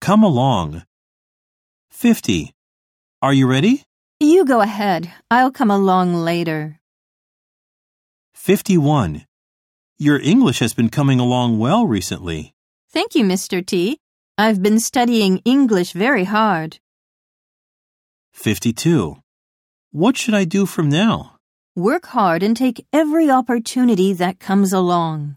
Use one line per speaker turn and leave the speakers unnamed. Come along. 50. Are you ready?
You go ahead. I'll come along later.
51. Your English has been coming along well recently.
Thank you, Mr. T. I've been studying English very hard.
52. What should I do from now?
Work hard and take every opportunity that comes along.